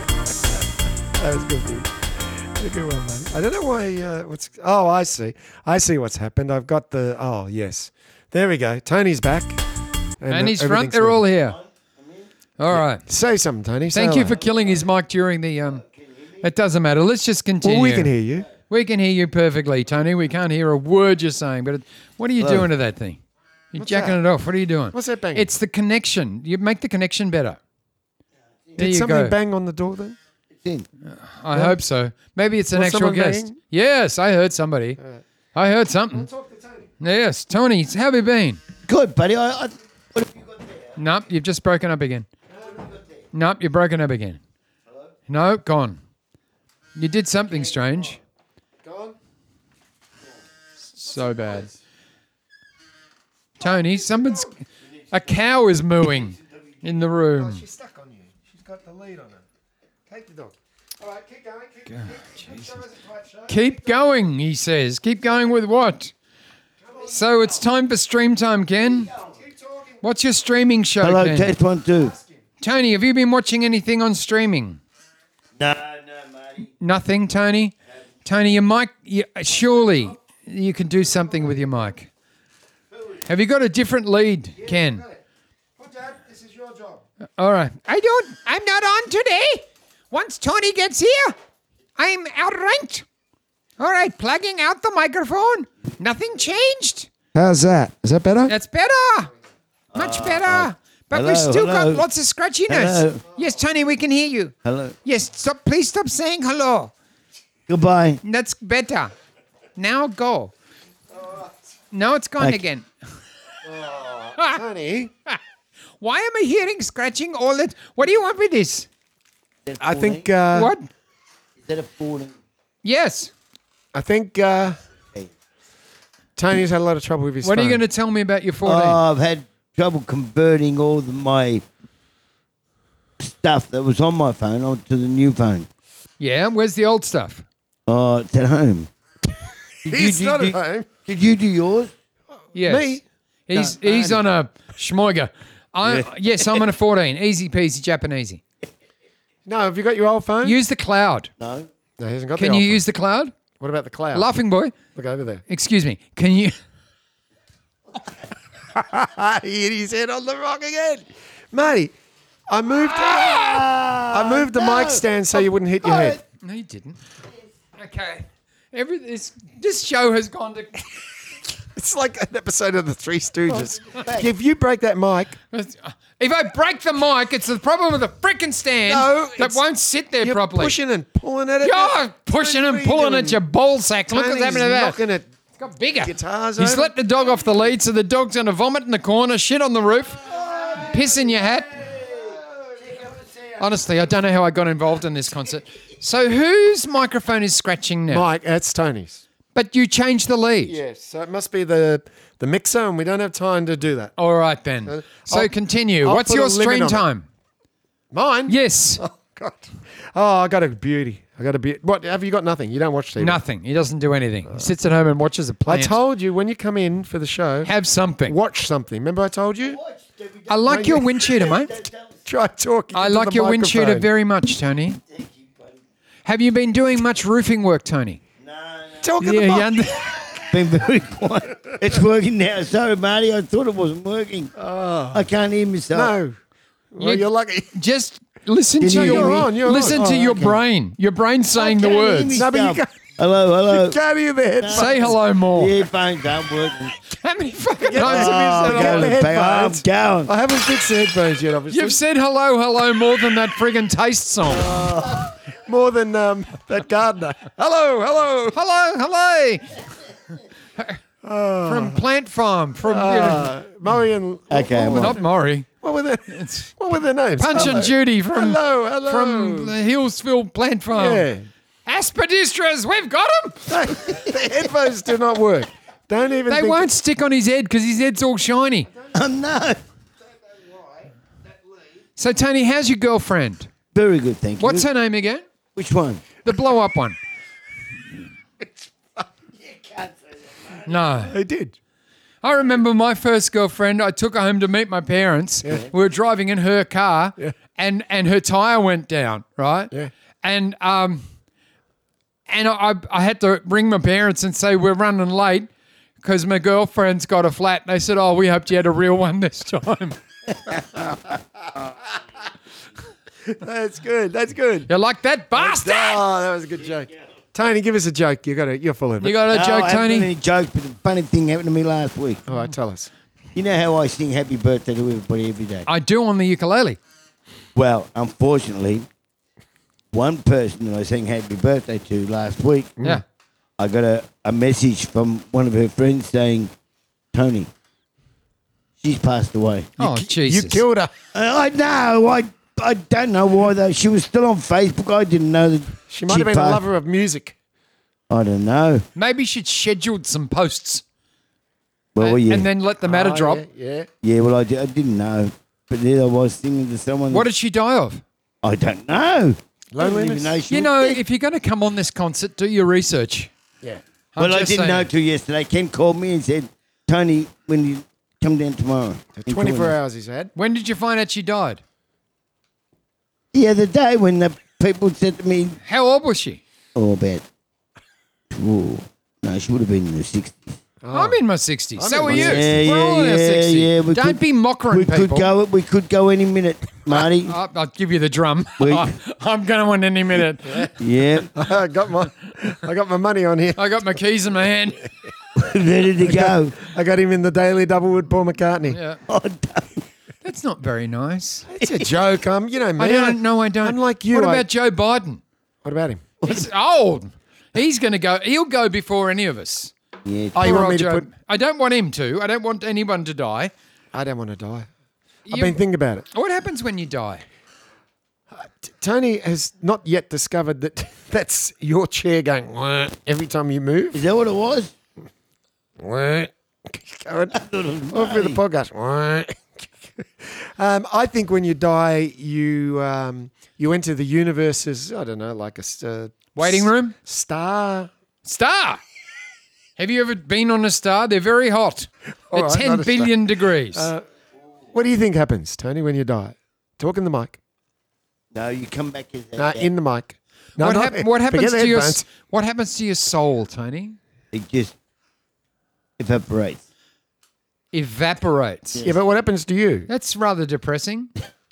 S2: That was good. A good one, mate. I don't know why. Uh, what's? Oh, I see. I see what's happened. I've got the. Oh, yes. There we go. Tony's back.
S7: And his
S2: everything's
S7: front, they're all
S2: sorted.
S7: here. All right.
S2: Say something, Tony. Say
S7: Thank you for
S2: hello.
S7: killing his mic during the. Um, it doesn't matter. Let's just continue.
S2: Well, we can hear you.
S7: We can hear you perfectly, Tony. We can't hear a word you're saying. But it, what are you doing to that thing? You're jacking
S2: Oh. that?
S7: it off. What are you doing?
S2: What's that banging?
S7: It's the connection. You make the connection better. There
S2: Did
S7: you
S2: somebody
S7: go.
S2: bang on the door then?
S7: I hope so. Maybe it's an
S2: Was
S7: actual
S2: someone
S7: guest.
S2: banging?
S7: Yes, I heard somebody. I heard something. Yes, Tony. How have you been?
S8: Good, buddy. I, I, what have you got there?
S7: Nope, you've just broken up again. Nope, you've broken up again. Hello? No, gone. You did something strange.
S2: Gone.
S7: So bad. Tony, someone's. A cow is mooing in the room.
S2: She's stuck on you. She's got the lead on her. Take the dog. All right, keep going. Keep, keep, keep show us a tight show.
S7: Keep going, he says. Keep going with what? So it's time for stream time, Ken.
S2: Keep talking.
S7: What's your streaming show,
S8: Hello,
S7: Ken?
S8: test one, two.
S7: Tony, have you been watching anything on streaming?
S8: No, no, Marty.
S7: Nothing, Tony. Tony, your mic. You, surely you can do something with your mic. Have you got a different lead, Ken?
S2: Well, Dad, this is your job.
S7: All right.
S3: I don't. I'm not on today. Once Tony gets here, I'm outranked. All right, plugging out the microphone. Nothing changed.
S2: How's that? Is that better?
S3: That's better. Much better. But we've
S8: Ah, uh, hello,
S3: still
S8: hello.
S3: got lots of scratchiness.
S8: Hello.
S3: Yes, Tony, we can hear you.
S8: Hello.
S3: Yes, stop. Please stop saying hello.
S8: Goodbye.
S3: That's better. Now go. Now it's gone
S8: Thank-
S3: again.
S2: Honey,
S3: Why am I hearing scratching all that? What do you want with this?
S2: I think uh,
S3: what?
S8: Is that a falling?
S7: Yes.
S2: I think uh, Tony's had a lot of trouble with his.
S7: What are you
S2: phone.
S7: going to tell me about your 14?
S8: Oh, I've had trouble converting all the, my stuff that was on my phone onto the new phone.
S7: yeah. Where's the old stuff?
S8: Oh, it's at home. Did
S2: He's
S8: you,
S2: not
S8: did,
S2: at home.
S8: Did you do yours?
S7: Yes.
S2: Me?
S7: He's
S8: No,
S7: he's on a schmoiger. I, Yes, I'm on a 14. Easy peasy, Japanesey.
S2: No, have you got your old phone?
S7: Use the cloud.
S8: No.
S2: no, he hasn't got.
S7: Can
S2: the
S7: you
S2: old
S7: use the cloud?
S2: Phone. What about the cloud?
S7: Laughing boy.
S2: Look over there.
S7: Excuse me. Can you?
S2: he hit his head on the rock again. Marty, I moved. I moved the mic stand so you wouldn't hit your head.
S7: No, you didn't. Okay. Every this this show has gone to.
S2: It's like an episode of the Three Stooges. if you break that mic,
S7: uh, If I break the mic, it's the problem with the frickin' stand
S2: No,
S7: that
S2: it's-
S7: won't sit there
S2: you're
S7: properly.
S2: pushing and pulling at it.
S7: You're pushing and pulling at your ball sacks. Look what's happened to that.
S2: Knocking at
S7: It's got bigger.
S2: guitars
S7: He's
S2: over.
S7: let the dog off the lead, so the dog's going to vomit in the corner, shit on the roof, piss in your hat. Honestly, I don't know how I got involved in this concert. So whose microphone is scratching now?
S2: Mike, that's Tony's.
S7: But you changed the lead.
S2: Yes, so it must be the the mixer, and we don't have time to do that.
S7: All right, then. So
S2: Uh, I'll-
S7: continue.
S2: I'll
S7: What's
S2: put a
S7: your
S2: limit
S7: stream
S2: on it.
S7: time?
S2: Mine?
S7: Yes.
S2: God. Oh, I got a beauty. I got a beauty. What have you got? Nothing. You don't watch TV.
S7: Nothing. He doesn't do anything. He sits at home and watches a
S2: I
S7: play.
S2: told you when you come in for the show,
S7: Have something.
S2: watch something. Remember I told you?
S7: I like your wind shooter, mate.
S2: Try talking.
S7: I
S2: into
S7: like
S2: the
S7: your wind shooter
S2: microphone.
S7: very much, Tony. Have you been doing much roofing work, Tony?
S2: Talking
S7: Yeah,
S2: the
S7: you
S2: mic.
S7: under-
S8: Been very quiet. It's working now. Sorry, Marty. I thought it wasn't working. I can't hear myself.
S2: Oh. No. Well,
S7: You-
S2: you, are lucky.
S7: just listen to
S8: you
S7: your
S8: hear me?
S2: You're on, you're
S7: listen
S2: on.
S7: to
S2: Oh,
S7: your
S8: okay.
S7: brain. Your brain saying the words.
S2: No, but you can't-
S8: Hello, hello.
S2: Can't hear the headphones.
S7: Say hello more.
S8: The earphones aren't working.
S7: How many fucking
S2: Yeah.
S7: times
S2: Oh,
S7: have
S8: I'm
S7: you
S2: God.
S7: said hello?
S8: going
S2: the
S8: to pay- I'm
S2: headphones.
S8: down.
S2: I haven't fixed the headphones yet, obviously.
S7: You've said hello, hello more than that friggin' taste song.
S2: More than um, that gardener. Hello, hello.
S7: hello, hello.
S2: Oh.
S7: from Plant Farm, from you know,
S2: Uh, Murray and
S8: Okay, I'm on.
S7: not Murray,
S2: what were their what were their names?
S7: Punch
S2: hello.
S7: and Judy from
S2: Hello, hello.
S7: from the Hillsville Plant Farm.
S2: yeah.
S7: Aspidistras, we've got them.
S2: No, the headphones do not work. Don't even.
S7: They
S2: think
S7: won't stick on his head because his head's all shiny.
S8: Oh, no.
S7: So Tony, how's your girlfriend?
S8: Very good, thank you.
S7: What's her name again?
S8: Which one?
S7: The blow up one. No.
S2: They did.
S7: I remember my first girlfriend, I took her home to meet my parents. We were driving in her car and, and her tire went down, right?
S2: Yeah.
S7: And um and I, I- I had to ring my parents and say we're running late because my girlfriend's got a flat. They said, Oh, we hoped you had a real one this time.
S2: That's good. That's good.
S7: You're like that bastard.
S2: Oh, that was a good joke. Tony, give us a joke. You got it. You're full of it.
S7: You got a
S8: No, Oh, I
S7: joke,
S8: haven't
S7: Tony?
S8: got Any jokes, but the funny thing happened to me last week.
S2: All right, tell us.
S8: You know how I sing happy birthday to everybody every day?
S7: I do on the ukulele.
S8: Well, unfortunately, one person that I sang happy birthday to last week,
S7: Yeah.
S8: I got a, a message from one of her friends saying, Tony, she's passed away.
S7: Oh, Jesus.
S2: You killed her.
S8: I I know. I, I don't know why, though. She was still on Facebook. I didn't know that.
S2: She might have been a
S8: passed-
S2: lover of music.
S8: I don't know.
S7: Maybe she'd scheduled some posts
S8: Well, yeah.
S7: and then let the matter
S2: Oh,
S7: drop.
S2: Yeah. yeah.
S8: yeah, well, I, di- I didn't know. But there I was singing to someone.
S7: What did she die of?
S8: I don't know.
S2: Loneliness.
S8: Elimination.
S7: You know, if you're going to come on this concert, do your research.
S2: Yeah.
S7: I'm
S8: well, I
S7: just
S8: didn't
S7: saying.
S8: know till yesterday. Ken called me and said, Tony, when you come down tomorrow. in
S2: 24
S8: Cornwall."
S2: hours he's had.
S7: When did you find out she died?
S8: The other day when the people said to me,
S7: How old was she?
S8: oh, about, oh, no, she would have been in the 60s.
S7: I'm in my 60s. so
S2: Oh. in
S7: are
S2: my
S7: you.
S8: 60s.
S7: We're all in our
S8: Yeah, yeah,
S7: 60s.
S8: yeah, we
S7: Don't
S8: could-
S7: be mockering
S8: we
S7: people.
S8: could go. We could go any minute, Marty.
S7: I'll, I'll give you the drum.
S8: We-
S7: I'm going to win any minute.
S8: yeah,
S2: I got my I got my money on here.
S7: I got my keys in my hand.
S8: ready to go.
S2: I got him in the Daily Double with Paul McCartney.
S7: Yeah.
S8: Oh, don't-
S7: That's not very nice.
S2: It's a joke. Um, you know me.
S7: I don't know. I don't.
S2: Unlike you.
S7: What
S2: I-
S7: about Joe Biden?
S2: What about him?
S7: He's old. He's going to go. He'll go before any of us.
S8: yeah.
S2: Oh, you
S7: Poor
S2: want
S7: old
S2: me to
S7: Joe.
S2: put?
S7: I don't want him to. I don't want anyone to die.
S2: I don't want to die. I've
S7: You-
S2: been thinking about it.
S7: What happens when you die?
S2: T- Tony has not yet discovered that that's your chair going "Wah," every time you move.
S8: Is that what it was?
S2: Going all through the podcast. "Wah." um, I think when you die, you um, you enter the universe as I don't know, like a s- uh,
S7: Waiting
S2: s-
S7: room?
S2: star.
S7: Star. Have you ever been on a star? They're very hot.
S2: All
S7: at
S2: right, not
S7: 10
S2: a star. Uh,
S7: billion degrees.
S2: What do you think happens, Tony, when you die? Talk in the mic.
S8: No, you come back as that.
S2: No, in the mic. No,
S7: what,
S2: not-
S7: hap-
S2: forget
S7: what happens
S2: the
S7: to your
S2: headphones.
S7: What happens to your soul, Tony?
S8: it just evaporates.
S7: Evaporates.
S2: Yeah, but what happens to you?
S7: That's rather depressing.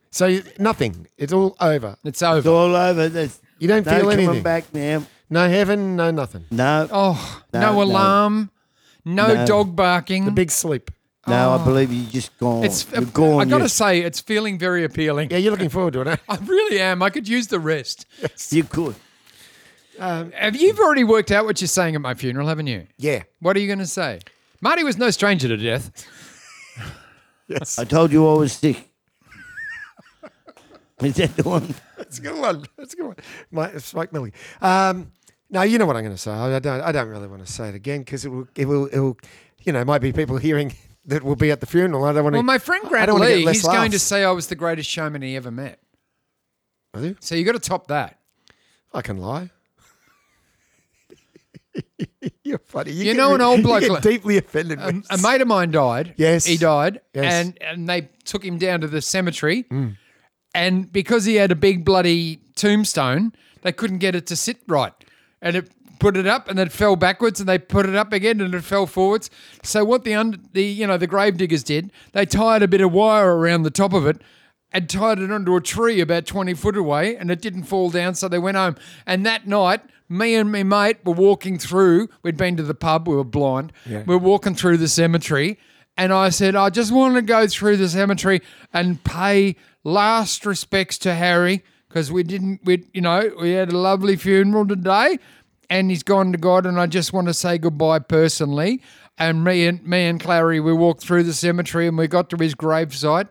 S2: So you, nothing. It's all over.
S7: It's
S8: It's
S7: over.
S8: all over. There's
S2: You don't
S8: no
S2: feel
S8: coming
S2: anything.
S8: back now.
S2: No heaven. No nothing.
S8: No,
S7: Oh, no,
S8: No, no.
S7: alarm, no,
S8: No.
S7: dog barking.
S2: The big sleep.
S8: no,
S2: Oh.
S8: I believe you're just gone.
S7: it's
S8: you're gone.
S7: I gotta
S8: You're-
S7: say, it's feeling very appealing.
S2: Yeah, you're looking forward to it. Eh?
S7: I really am. I could use the rest.
S8: you could.
S7: Have you've already worked out what you're saying at my funeral, haven't you?
S2: Yeah.
S7: What are you going to say? Marty was no stranger to death.
S2: Yes.
S8: I told you I was sick. Is that the one?
S2: That's a good one. That's a good one. My, it's Mike Millie. Um, no, you know what I'm going to say. I I don't. I don't really want to say it again because it will. It will. It will. You know, might be people hearing that will be at the funeral. I don't want to.
S7: Well, my friend
S2: I
S7: Grant
S2: don't wanna get
S7: Lee,
S2: less
S7: he's going to
S2: laughs.
S7: say I was the greatest showman he ever met.
S2: Are you?
S7: So you got to top that.
S2: I can lie. You're funny.
S7: You
S2: get
S7: know an
S2: re-
S7: old
S2: you
S7: bloke
S2: get
S7: like- Um, uh,
S2: deeply offended.
S7: A,
S2: with
S7: a mate of mine died.
S2: Yes.
S7: He died.
S2: Yes.
S7: And, and they took him down to the cemetery. And because he had a big bloody tombstone, they couldn't get it to sit right. And it put it up and then it fell backwards and they put it up again and it fell forwards. So what the under, the you know the grave diggers did, they tied a bit of wire around the top of it and tied it onto a tree about 20 foot away and it didn't fall down so they went home. And that night me and my mate were walking through, we'd been to the pub, we were blind. We were walking through the cemetery and I said, I just want to go through the cemetery and pay last respects to Harry because we didn't, we you know, we had a lovely funeral today, and he's gone to God, and I just want to say goodbye personally. And me and me and Clary, we walked through the cemetery and we got to his gravesite,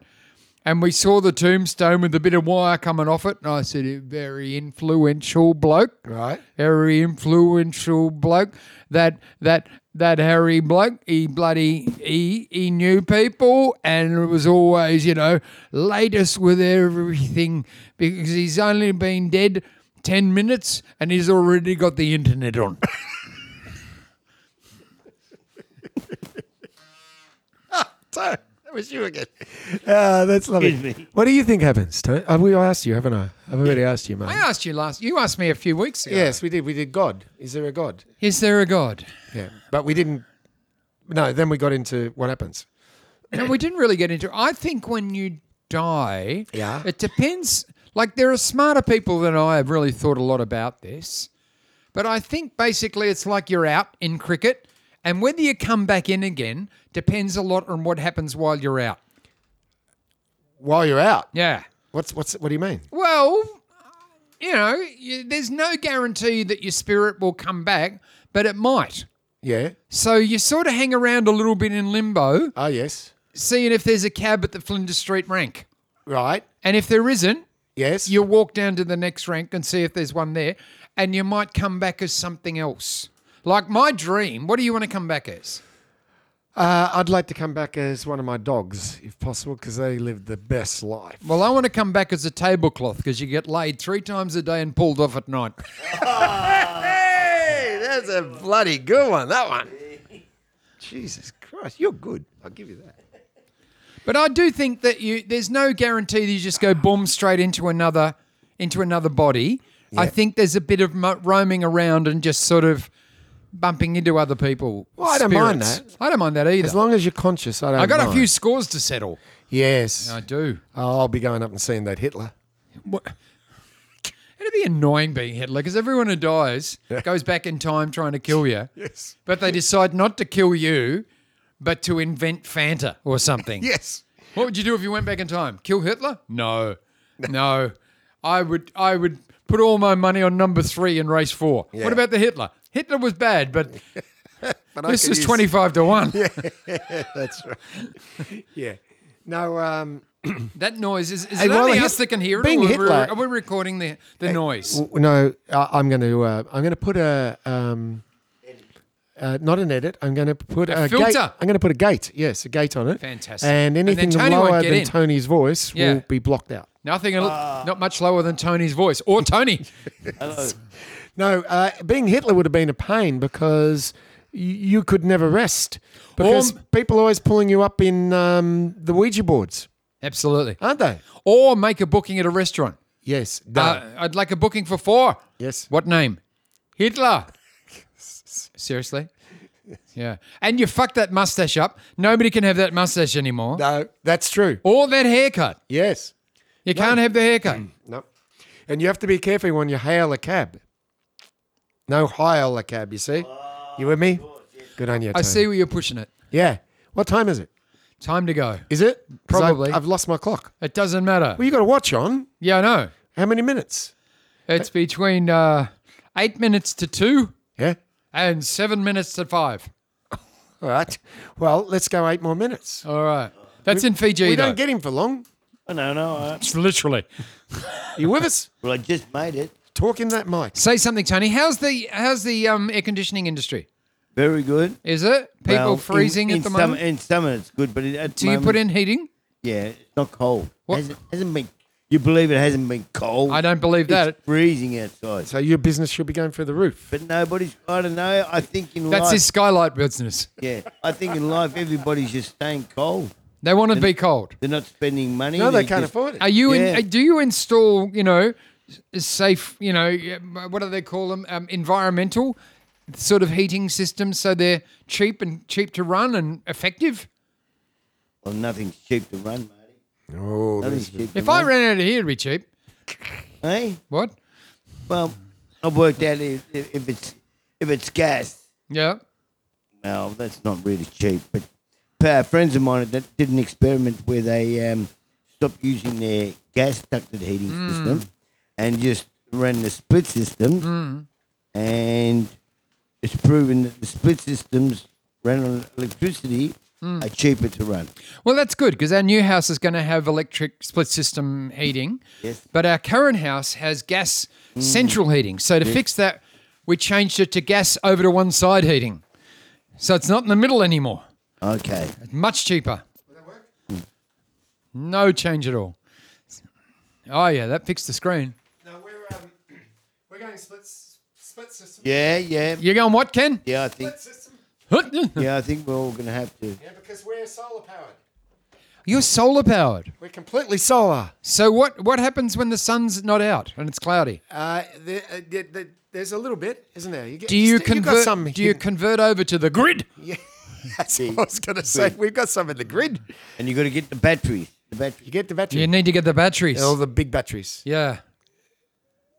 S7: and we saw the tombstone with a bit of wire coming off it, and I said, "A very influential bloke,
S2: Right.
S7: Harry influential bloke. That that that Harry bloke. He bloody he he knew people, and it was always you know latest with everything because he's only been dead ten minutes and he's already got the internet on.
S2: So that was you again. Uh, that's lovely.
S8: Excuse me.
S2: What do you think happens? Tony? Uh, we asked you, haven't I? I've already asked you, mate.
S7: I asked you last. You asked me a few weeks ago.
S2: Yes, we did. We did. God, is there a God?
S7: Is there a God?
S2: Yeah, but we didn't. No, then we got into what happens.
S7: No, we didn't really get into. I think when you die,
S2: Yeah.
S7: it depends. Like there are smarter people than I have really thought a lot about this, but I think basically it's like you're out in cricket, and whether you come back in again depends a lot on what happens while you're out.
S2: While you're out,
S7: Yeah.
S2: what's what's what do you mean?
S7: Well, you know, you, there's no guarantee that your spirit will come back, but it might.
S2: Yeah.
S7: So you sort of hang around a little bit in limbo,
S2: Oh yes.
S7: seeing if there's a cab at the Flinders Street rank.
S2: Right.
S7: And if there isn't,
S2: Yes.
S7: you walk down to the next rank and see if there's one there, and you might come back as something else. Like my dream, what do you want to come back as?
S2: Uh, I'd like to come back as one of my dogs, if possible, because they live the best life.
S7: Well, I want to come back as a tablecloth because you get laid three times a day and pulled off at night.
S2: Hey, that's a bloody good one. That one. Jesus Christ, you're good. I'll give you that.
S7: But I do think that you there's no guarantee that you just go boom straight into another into another body. I think there's a bit of mo- roaming around and just sort of bumping into other people.
S2: Well, I don't mind
S7: spirits. I don't mind that either.
S2: As long as you're conscious, I don't.
S7: I got a
S2: mind.
S7: few scores to settle.
S2: Yes,
S7: I do.
S2: I'll be going up and seeing that Hitler.
S7: What? It'd be annoying being Hitler because everyone who dies goes back in time trying to kill you.
S2: Yes.
S7: But they decide not to kill you, but to invent Fanta or something.
S2: Yes.
S7: What would you do if you went back in time? Kill Hitler? No. No. I would I would put all my money on number three in race four. What about the Hitler? Hitler was bad, but
S2: But
S7: this
S2: could
S7: is
S2: use-
S7: twenty five to one.
S2: That's right. yeah. No. Um.
S7: That noise is, is
S2: Hey,
S7: it
S2: well,
S7: only
S2: Hit-
S7: us that can hear it?
S2: being
S7: or we're-
S2: Hitler-
S7: are we recording the, the noise?
S2: w- No. I, I'm going to. Uh, I'm going to put a. Um, uh, not an edit. I'm going to put a, Gate.
S7: filter.
S2: I'm going to put a gate. Yes, a gate on it.
S7: Fantastic.
S2: And
S7: And then
S2: anything
S7: Tony won't
S2: lower
S7: get
S2: than
S7: in.
S2: Tony's voice
S7: Yeah.
S2: will be blocked out.
S7: Nothing, a- not much lower than Tony's voice or Tony.
S2: No, uh, being Hitler would have been a pain because y- you could never rest because
S7: m-
S2: people are always pulling you up in um, the Ouija boards,
S7: Absolutely.
S2: aren't they?
S7: Or make a booking at a restaurant.
S2: Yes. No.
S7: Uh, I'd like a booking for four.
S2: yes.
S7: What name? Hitler. Seriously? Yeah. And you fucked that mustache up. Nobody can have that mustache anymore.
S2: No, that's true.
S7: Or that haircut.
S2: Yes.
S7: You can't have the haircut.
S2: No. And you have to be careful when you hail a cab. No hail a cab. You see? You with me? Good on you.
S7: I
S2: Tony.
S7: see where you're pushing it.
S2: Yeah. What time is it?
S7: Time to go.
S2: Is it 'Cause I've-
S7: Probably.
S2: I've, lost my clock.
S7: It doesn't matter.
S2: Well, you got a watch on.
S7: Yeah, I know.
S2: How many minutes?
S7: It's between uh, eight minutes to two
S2: Yeah.
S7: and seven minutes to five.
S2: All right. Well, let's go eight more minutes.
S7: All right. That's in Fiji.
S2: We
S7: though.
S2: don't get him for long.
S8: I know, no. I,
S7: literally.
S2: You with us?
S8: well, I just made it.
S2: Talking that mic.
S7: Say something, Tony. How's the how's the um, air conditioning industry?
S8: Very good.
S7: Is it people
S8: Well, in-
S7: freezing
S8: in,
S7: at the
S8: summer,
S7: moment?
S8: In summer, it's good, but it, at the
S7: Do you
S8: moment,
S7: put in heating?
S8: Yeah, it's not cold.
S7: What?
S8: Hasn't, hasn't been. You believe it hasn't been cold?
S7: I don't believe
S8: It's
S7: that.
S8: freezing outside.
S2: So your business should be going through the roof.
S8: But nobody's. I don't know. I think in
S7: That's
S8: life.
S7: his skylight business.
S8: Yeah, I think in life everybody's just staying cold.
S7: They want to be cold.
S8: They're not spending money.
S2: No, they
S8: They're
S2: can't
S8: just-
S2: afford it.
S7: Are you? In,
S8: Yeah.
S7: uh, do you install? You know, s- safe. You know, yeah, what do they call them? Um, environmental sort of heating systems, so they're cheap and cheap to run and effective.
S8: Well, nothing's cheap to run, mate.
S2: Oh,
S8: Nothing's cheap.
S7: If
S8: to
S7: I
S8: run.
S7: ran out of here, it'd be cheap.
S8: hey,
S7: What?
S8: well, I've worked out if, if if it's if it's gas.
S7: Yeah.
S8: Well, that's not really cheap. But uh, friends of mine that did an experiment where they um, stopped using their gas ducted heating system and just ran the split system, and it's proven that the split systems ran on electricity are cheaper to run.
S7: Well, that's good because our new house is going to have electric split system heating.
S8: Yes.
S7: But our current house has gas
S2: Mm.
S7: central heating. So to fix that, we changed it to gas over to one side heating. So it's not in the middle anymore.
S8: Okay.
S7: Much cheaper. Mm. No change at all. Oh yeah, that fixed the screen.
S2: No, we're um, we're going split split system.
S8: Yeah, yeah,
S7: You going what, Ken?
S8: yeah. I think
S2: system.
S8: yeah, I think we're all gonna have to.
S2: Yeah, because we're solar powered.
S7: You're solar powered.
S2: We're completely solar.
S7: So what what happens when the sun's not out and it's cloudy?
S2: Uh, the, uh, the, the, there's a little bit, isn't there? You get,
S7: Do you
S2: st- you've got
S7: convert?
S2: some
S7: do you
S2: hidden-
S7: convert over to the grid?
S2: That's what I was going to say. We've got some in the grid.
S8: And you got to get the batteries. The batteries.
S2: You get the battery.
S7: You need to get the batteries.
S2: All the big batteries.
S7: Yeah.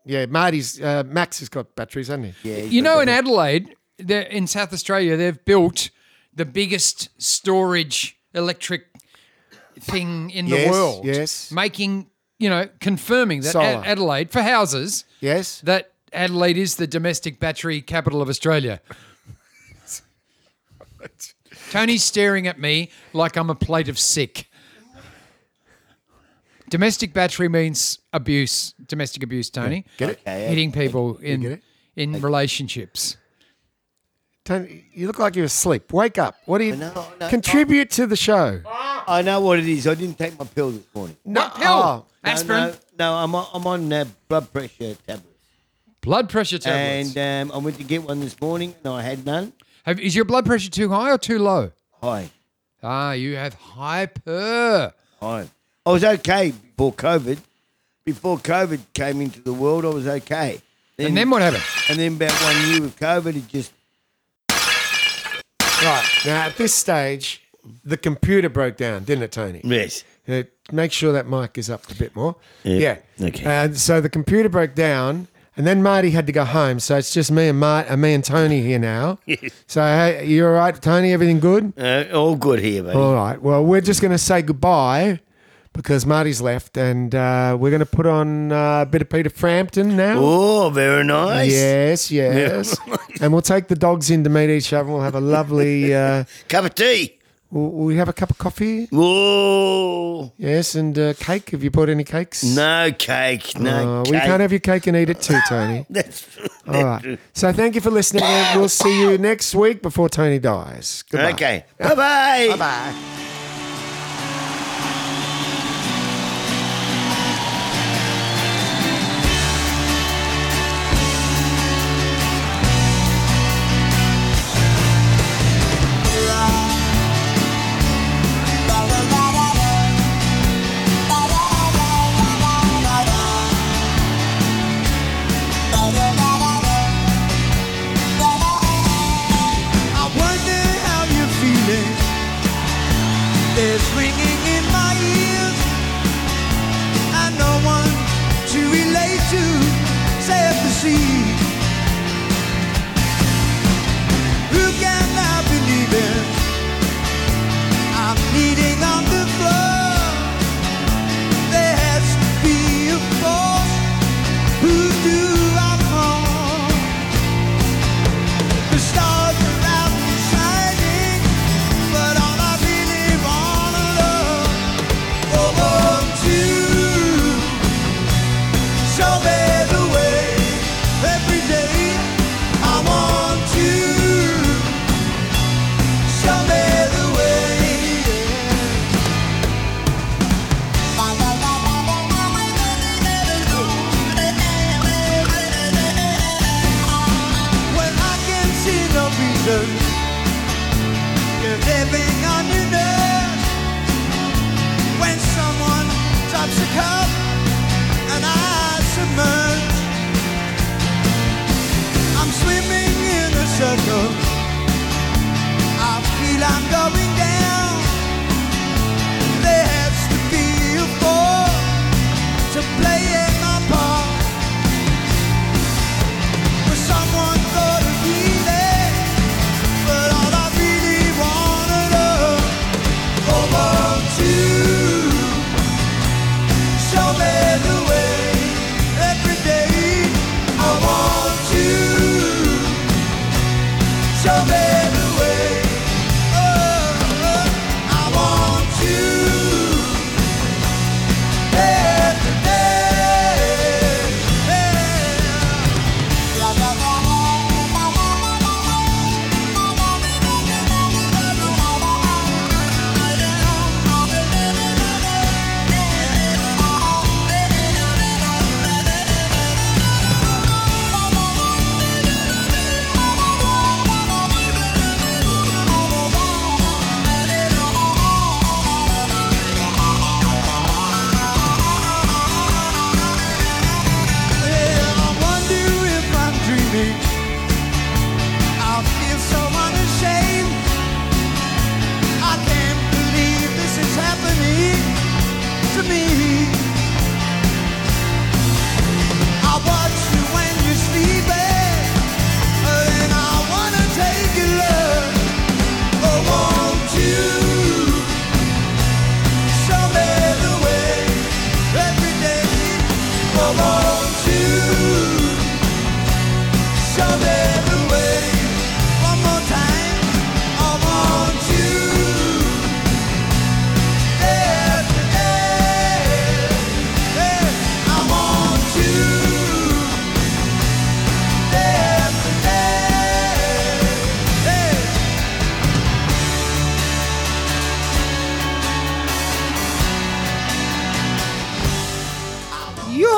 S2: Yeah, Marty's uh, Max has got batteries, hasn't he?
S8: Yeah.
S7: You know, in Adelaide, they're- in South Australia, they've built the biggest storage electric thing in the
S2: Yes,
S7: world.
S2: yes.
S7: Making, you know, confirming that
S2: Solar.
S7: Ad- Adelaide, for houses,
S2: Yes.
S7: that Adelaide is the domestic battery capital of Australia. Tony's staring at me like I'm a plate of sick. Domestic battery means abuse, domestic abuse, Tony.
S2: Get it?
S8: Okay.
S7: hitting people in
S2: get it?
S7: in relationships.
S2: Don't, you look like you're asleep. Wake up. What do you
S8: No, no,
S2: contribute to the show?
S8: I know what it is. I didn't take my pill this morning.
S2: No,
S7: What pill?
S2: oh,
S8: No,
S7: Aspirin,
S8: No, no, I'm on, I'm on uh, blood pressure tablets.
S7: blood pressure
S2: uh,
S7: tablets.
S8: And um, I went to get one this morning and I had none.
S7: Have, is your blood pressure too high or too low?
S8: High,
S7: Ah, you have hyper.
S8: high. I was okay before COVID. Before COVID came into the world, I was okay.
S7: and then what happened?
S8: And then about one year with COVID, it just
S2: right. Now, at this stage, the computer broke down, didn't it, Tony?
S8: yes.
S2: Uh, make sure that mic is up a bit more. Yeah.
S8: Okay.
S2: And so the computer broke down, and then Marty had to go home. So it's just me and Mart, uh, me and Tony here now. So hey, you all right, Tony? Everything good?
S8: Uh, all good here, buddy.
S2: All right. Well, we're just going to say goodbye because Marty's left, and uh, we're going to put on uh, a bit of Peter Frampton now.
S8: Oh, very nice.
S2: Yes, yes. and we'll take the dogs in to meet each other. and We'll have a lovely. Uh,
S8: Cup of tea.
S2: we'll, we have a cup of coffee.
S8: Whoa.
S2: Yes, and uh, cake. Have you bought any cakes?
S8: No cake. No
S2: Oh,
S8: cake.
S2: We can't have your cake and eat it too, Tony.
S8: That's true.
S2: All right. So thank you for listening. and We'll see you next week before Tony dies. Goodbye.
S8: Okay. Bye bye. Bye bye.
S9: I wonder how you're feeling. There's ringing in my ears, and no one to relate to, save the sea. Who can now believe it? I'm bleeding on the floor. There has to be a force. Who do I call? The stars are out and shining, but all I really wanna love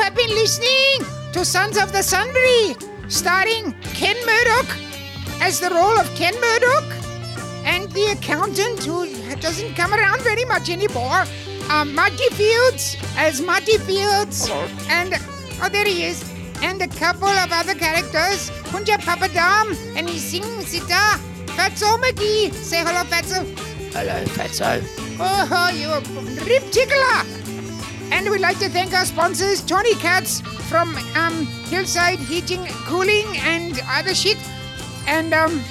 S3: have been listening to Sons of the Sunbury, starring Ken Murdoch as the role of Ken Murdoch and the accountant who doesn't come around very much anymore, um, Marty Fields as Marty Fields, and oh, there he is, and a couple of other characters, Punja Papadam and he sings sitar, Fatso McGee. Say hello, Fatso.
S7: Hello, Fatso.
S3: Oh, you rip tickler! And we'd like to thank our sponsors, Tony Katz from um, Hillside Heating, Cooling, and other shit, and um,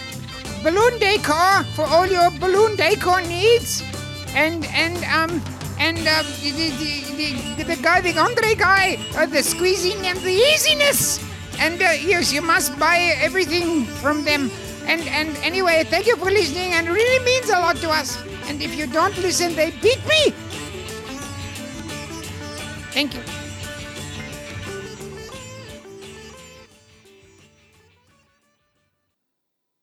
S3: Balloon Decor for all your balloon decor needs, and and um and um, the, the, the, the guy, the Andre guy, uh, the squeezing and the easiness, and uh, yes, you must buy everything from them. And and anyway, thank you for listening, and it really means a lot to us. And if you don't listen, they beat me. Thank you.